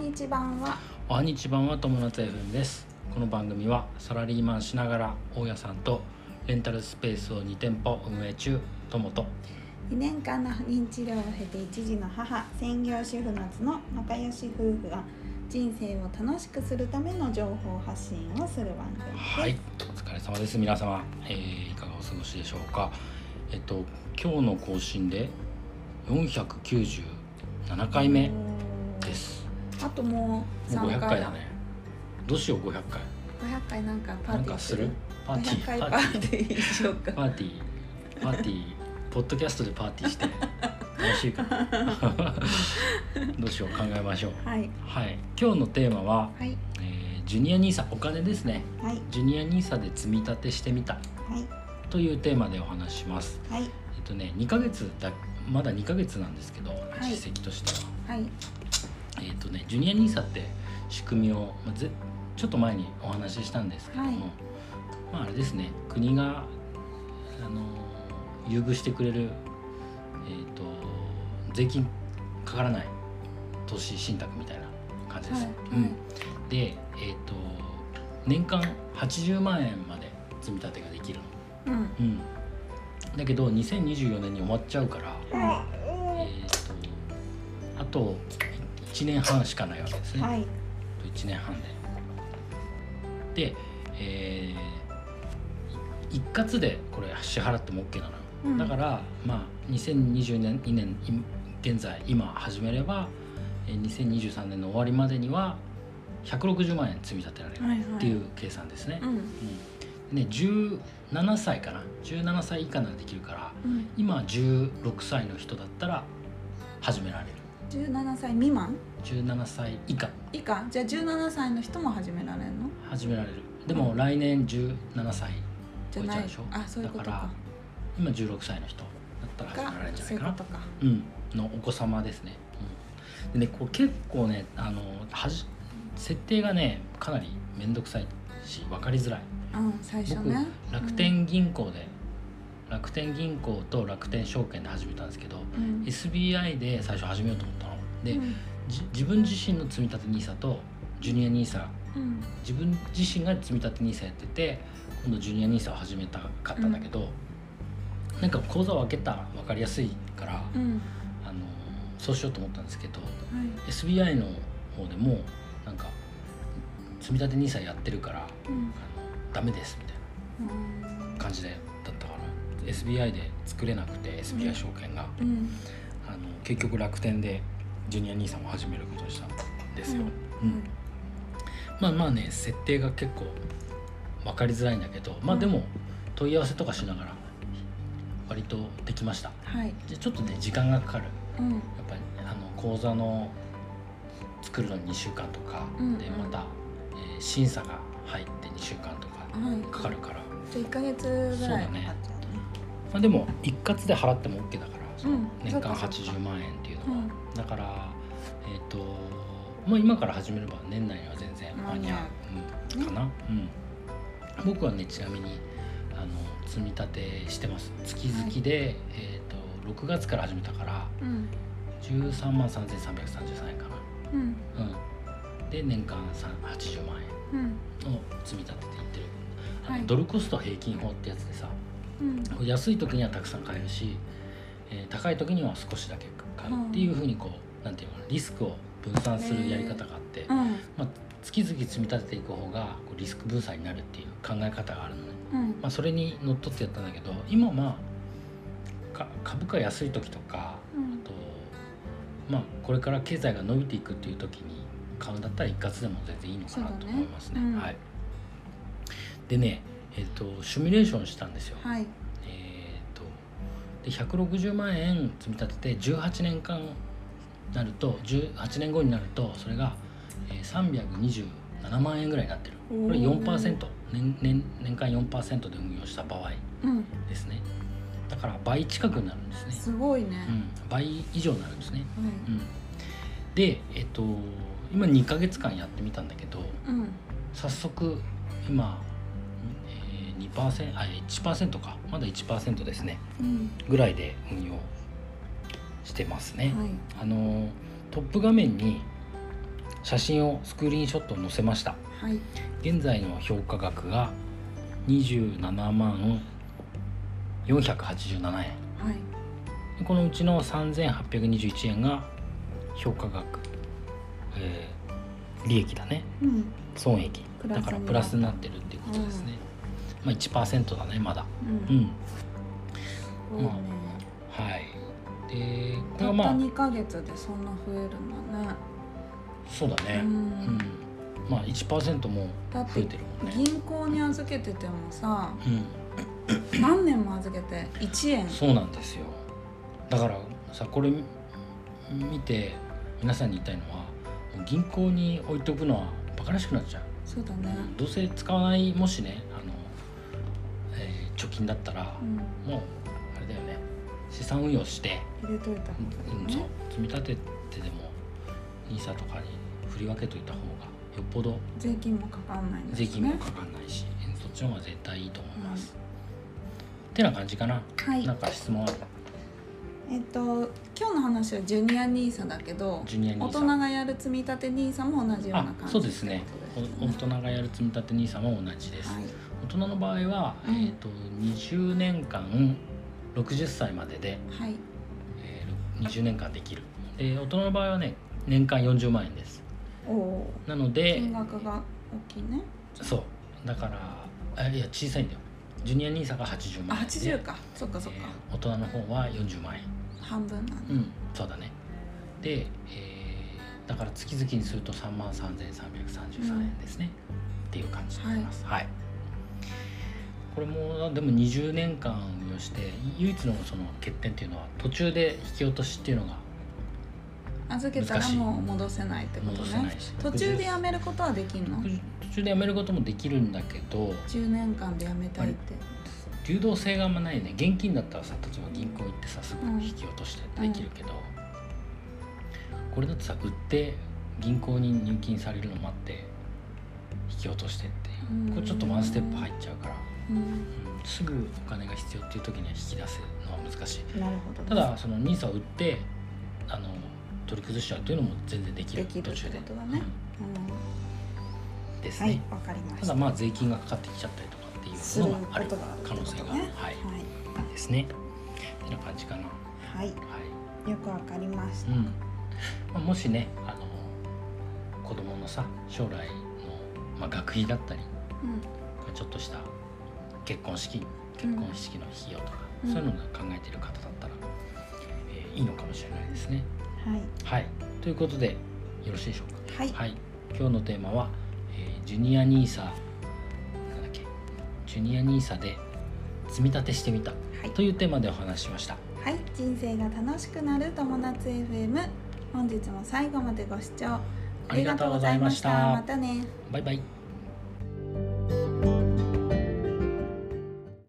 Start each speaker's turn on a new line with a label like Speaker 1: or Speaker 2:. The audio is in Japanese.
Speaker 1: 日版は
Speaker 2: おはにちばんは友達 FM ですこの番組はサラリーマンしながら大家さんとレンタルスペースを2店舗運営中友と
Speaker 1: 2年間の認知療を経て一児の母専業主婦夏の仲良し夫婦が人生を楽しくするための情報発信をする番組です、
Speaker 2: はいお疲れ様です皆様、えーいかがお過ごしでしょうかえっと今日の更新で497回目です
Speaker 1: あともう
Speaker 2: もう
Speaker 1: 3
Speaker 2: 500
Speaker 1: 回
Speaker 2: 回
Speaker 1: だ
Speaker 2: だねどうしよう500回
Speaker 1: 500回なんかパ
Speaker 2: な
Speaker 1: ー
Speaker 2: ん
Speaker 1: ティー
Speaker 2: か
Speaker 1: す
Speaker 2: す
Speaker 1: る
Speaker 2: るパーテ
Speaker 1: 500
Speaker 2: ィー
Speaker 1: 回
Speaker 2: パ
Speaker 1: パ
Speaker 2: ーティー
Speaker 1: ーティーしようか
Speaker 2: パーティーパーティーポッドキャストでパーティーして楽しいかなどうしよう考えましょう
Speaker 1: はい
Speaker 2: はい今日のテーマは、
Speaker 1: はい
Speaker 2: えージュニア NISA お金ですね
Speaker 1: はい
Speaker 2: ジュニア NISA で積み立てしてみた
Speaker 1: はい
Speaker 2: というテーマでお話しします
Speaker 1: はい
Speaker 2: えっとね2ヶ月だまだ2ヶ月なんですけど
Speaker 1: い
Speaker 2: 実績としては、
Speaker 1: はい
Speaker 2: えっとねジュニア NISA って仕組みを、まあ、ぜちょっと前にお話ししたんですけども、
Speaker 1: はい
Speaker 2: まああれですね国があの優遇してくれる、えっと税金かからない投資信託みたいな感じです。
Speaker 1: はい
Speaker 2: うんで、えっと年間80万円まで積み立てができるの。
Speaker 1: うんうん
Speaker 2: うん、だけど2024年に終わっちゃうから、
Speaker 1: は
Speaker 2: えー、とあと1年半しかないわけです
Speaker 1: い
Speaker 2: ね、
Speaker 1: はい
Speaker 2: あと1年半でで、えー一括でこれ支払っても OK なのよ、
Speaker 1: うん
Speaker 2: だからまあ2020年2年今現在今始めればえー2023年の終わりまでには160万円積み立てられる
Speaker 1: はいはい
Speaker 2: っていう計算ですね、
Speaker 1: うん
Speaker 2: うんね、17歳かな17歳以下ならできるから
Speaker 1: うん
Speaker 2: 今16歳の人だったら始められる
Speaker 1: 17歳未満
Speaker 2: 17歳以下
Speaker 1: 以下じゃあ17歳の人も始められるの
Speaker 2: 始められるでも来年17歳
Speaker 1: じゃな
Speaker 2: これ
Speaker 1: い
Speaker 2: じゃあ
Speaker 1: あそういうこと
Speaker 2: だか
Speaker 1: から
Speaker 2: 今16歳の人だったら始められるんじゃ
Speaker 1: そ
Speaker 2: な
Speaker 1: う
Speaker 2: い
Speaker 1: いうこ
Speaker 2: かな
Speaker 1: とか
Speaker 2: うん、のお子様ですね。うん、でねこう結構ねあのはじ設定がねかなり面倒くさいし分かりづらい
Speaker 1: うん最初
Speaker 2: 僕
Speaker 1: ね
Speaker 2: 楽天銀行で、楽天銀行と楽天証券で始めたんですけど、
Speaker 1: うん
Speaker 2: SBI で最初始めようと思ったので、
Speaker 1: うん
Speaker 2: じ自分自身の積み立て NISA とジュニア NISA
Speaker 1: うん
Speaker 2: 自分自身が積み立て NISA やってて今度ジュニア NISA を始めたかったんだけど、なんか口座を開けたら分かりやすいから、
Speaker 1: うん
Speaker 2: あのそうしようと思ったんですけど
Speaker 1: はい
Speaker 2: SBI の方でもなんか積み立て NISA やってるから
Speaker 1: うん
Speaker 2: ダメですみたいな。
Speaker 1: うん
Speaker 2: 感じでだったかな SBI で作れなくて SBI 証券が、
Speaker 1: うん
Speaker 2: あの結局楽天でジュニア兄さんを始めることにしたんですよ、
Speaker 1: う
Speaker 2: うん
Speaker 1: ん
Speaker 2: まあまあね設定が結構分かりづらいんだけどまあでも問い合わせとかしながら割とできました
Speaker 1: はい
Speaker 2: でちょっとね時間がかかる
Speaker 1: うん
Speaker 2: やっぱりあの口座の作るのに2週間とか、
Speaker 1: うん
Speaker 2: で
Speaker 1: うん
Speaker 2: また、えー審査が入って2週間とか
Speaker 1: はい
Speaker 2: かかるから、ま
Speaker 1: じゃあ一ヶ月ぐらい
Speaker 2: そうだ
Speaker 1: か
Speaker 2: ね
Speaker 1: かっちゃうね
Speaker 2: あ、でも一括で払っても OK だから、その
Speaker 1: うん
Speaker 2: 年
Speaker 1: そうか
Speaker 2: 間
Speaker 1: そうか
Speaker 2: 80万円っていうのは
Speaker 1: う。ん
Speaker 2: だからえっ、ともう今から始めれば年内には全然間に合う、うん、かな、うん、僕はねちなみにあの積み立てしてます月々で、えっ、と6月から始めたから
Speaker 1: うん
Speaker 2: 13万3333円か
Speaker 1: うん
Speaker 2: なうんで年間80万円
Speaker 1: うん
Speaker 2: を積み立てていってる、あの
Speaker 1: はい
Speaker 2: ドルコスト平均法ってやつでさ
Speaker 1: うん
Speaker 2: 安い時にはたくさん買えるし、えー高い時には少しだけ買うっていうふうにこう、なんていうのかなリスクを分散するやり方があって、
Speaker 1: うん
Speaker 2: まあ、月々積み立てていく方がこうリスク分散になるっていう考え方があるのね、
Speaker 1: うん
Speaker 2: まあ、それにのっとってやったんだけど今まあか株価安い時とか
Speaker 1: うん
Speaker 2: あと、まあ、これから経済が伸びていくっていう時に買うんだったら一括でも全然いいのかな
Speaker 1: そうだ
Speaker 2: と
Speaker 1: ね
Speaker 2: 思いますね。
Speaker 1: うん
Speaker 2: はい、でね、えっとシミュレーションしたんですよ。
Speaker 1: はい
Speaker 2: えー、とで160万円積み立てて18年間なると18年後になるとそれが、えー、327万円ぐらいになってるこれ
Speaker 1: おー
Speaker 2: 4%年年年間4%で運用した場合
Speaker 1: うん
Speaker 2: ですねだから倍近くになるんですね、
Speaker 1: すごいね
Speaker 2: うん、倍以上になるんですね、
Speaker 1: はい
Speaker 2: うん、でえっ、と今2ヶ月間やってみたんだけど
Speaker 1: うん
Speaker 2: 早速今、えー、2%あ1%かまだ1%ですね
Speaker 1: うん
Speaker 2: ぐらいで運用してますね。
Speaker 1: はい
Speaker 2: あのトップ画面に写真をスクリーンショット載せました
Speaker 1: はい
Speaker 2: 現在の評価額が27万487円
Speaker 1: はい
Speaker 2: でこのうちの3821円が評価額、えー利益だね
Speaker 1: うん
Speaker 2: 損益
Speaker 1: プラス
Speaker 2: だ
Speaker 1: に
Speaker 2: からプラスになってるっていうことですね、まあ1%だねまだ
Speaker 1: う
Speaker 2: うんん
Speaker 1: 多いね
Speaker 2: はいでこれ
Speaker 1: た
Speaker 2: は
Speaker 1: っ
Speaker 2: ま
Speaker 1: た
Speaker 2: あ
Speaker 1: 2ヶ月でそんな増えるのね
Speaker 2: そうだね
Speaker 1: う
Speaker 2: うん、
Speaker 1: ん
Speaker 2: まあ1%も
Speaker 1: だっ
Speaker 2: 増え
Speaker 1: て
Speaker 2: てるもんね
Speaker 1: 銀行に預けててもさ
Speaker 2: う
Speaker 1: 何年も預けて1円
Speaker 2: ん、そうなんですよだからさこれ見て皆さんに言いたいのはもう銀行に置いておくのはバカらしくなっちゃう
Speaker 1: そうだね
Speaker 2: どうせ使わないもしねあの、えー貯金だったら
Speaker 1: う、ん
Speaker 2: もうあれだよね資産運用して、
Speaker 1: 入れといた方
Speaker 2: うん
Speaker 1: がいい
Speaker 2: そう
Speaker 1: ね
Speaker 2: 積み立ててでも NISA とかに振り分けといた方がよっぽど
Speaker 1: 税金もかかんないんです
Speaker 2: 税
Speaker 1: ね
Speaker 2: 金もかかんないし、そっちの方が絶対いいと思います。ってな感じかな。
Speaker 1: はい
Speaker 2: なんか質問ある
Speaker 1: えっと今日の話はジュニアニーサだけど
Speaker 2: ジュニア
Speaker 1: 大
Speaker 2: NISA
Speaker 1: 人がやる積み立て NISA も同じような感じ
Speaker 2: あそうですね
Speaker 1: ってこと
Speaker 2: お大
Speaker 1: です
Speaker 2: 人がやる積み立て NISA も同じです、
Speaker 1: はい
Speaker 2: 大人の場合は、
Speaker 1: うん
Speaker 2: えー、と20年間60歳までで、
Speaker 1: はい
Speaker 2: えー20年間できるで大人の場合はね年間40万円です
Speaker 1: おお
Speaker 2: なので
Speaker 1: 金額が大きいね
Speaker 2: そうだからあいや小さいんだよジュニア NISA が80
Speaker 1: あ
Speaker 2: 万円で
Speaker 1: 80かそっかそっか
Speaker 2: えー大人の方は40万円
Speaker 1: 半分なん
Speaker 2: う
Speaker 1: だ
Speaker 2: んそうだねで、えーだから月々にすると3万3333円ですね、っていう感じになりますはい、これもでも20年間運用して唯一のその欠点っていうのは途中で引き落としっていうのが
Speaker 1: 預けたらもう戻せないってこと
Speaker 2: 戻せな
Speaker 1: ね
Speaker 2: いし
Speaker 1: 途中でやめることはできんの
Speaker 2: 途中でやめることもできるんだけど
Speaker 1: 10年間でやめたいって
Speaker 2: 流動性があんまないね現金だったらさ例えば銀行行ってさすぐ
Speaker 1: うん
Speaker 2: 引き落としてできるけど、これだとさ売って銀行に入金されるの待って引き落としてっていう、
Speaker 1: うん
Speaker 2: これちょっとワンステップ入っちゃうから、
Speaker 1: うん
Speaker 2: うんすぐお金が必要っていう時には引き出すのは難しい
Speaker 1: なるほどね
Speaker 2: ただその NISA を売ってあの取り崩しちゃうというのも全然できる
Speaker 1: できるって
Speaker 2: 途中で
Speaker 1: ことだねうん
Speaker 2: うんです
Speaker 1: は
Speaker 2: ね、
Speaker 1: いわかりました
Speaker 2: ただまあ税金がかかってきちゃったりとかって
Speaker 1: す
Speaker 2: い
Speaker 1: る
Speaker 2: う
Speaker 1: こ
Speaker 2: のがある
Speaker 1: とがある
Speaker 2: 可能性が
Speaker 1: ね
Speaker 2: はいですねってな感じかなは
Speaker 1: はい、はいい、よくわかりまし
Speaker 2: う
Speaker 1: た、
Speaker 2: んまあ、もしねあの子供のさ将来の、まあ、学費だったり
Speaker 1: うん
Speaker 2: ちょっとした結婚式結婚式の費用とか、
Speaker 1: うん
Speaker 2: そういうのを考えている方だったら、えーいいのかもしれないですね。
Speaker 1: はい
Speaker 2: はいということでよろしいでしょう
Speaker 1: はい
Speaker 2: か。はい、今日のテーマは、えージュニアニーサなんだっけジュニアニーサで積み立てしてみた
Speaker 1: はい
Speaker 2: というテーマでお話ししました。
Speaker 1: はい、人生が楽しくなる友達 FM 本日も最後までご視聴
Speaker 2: ありがとうございました
Speaker 1: ありがとうございましたまたね
Speaker 2: バイバイ。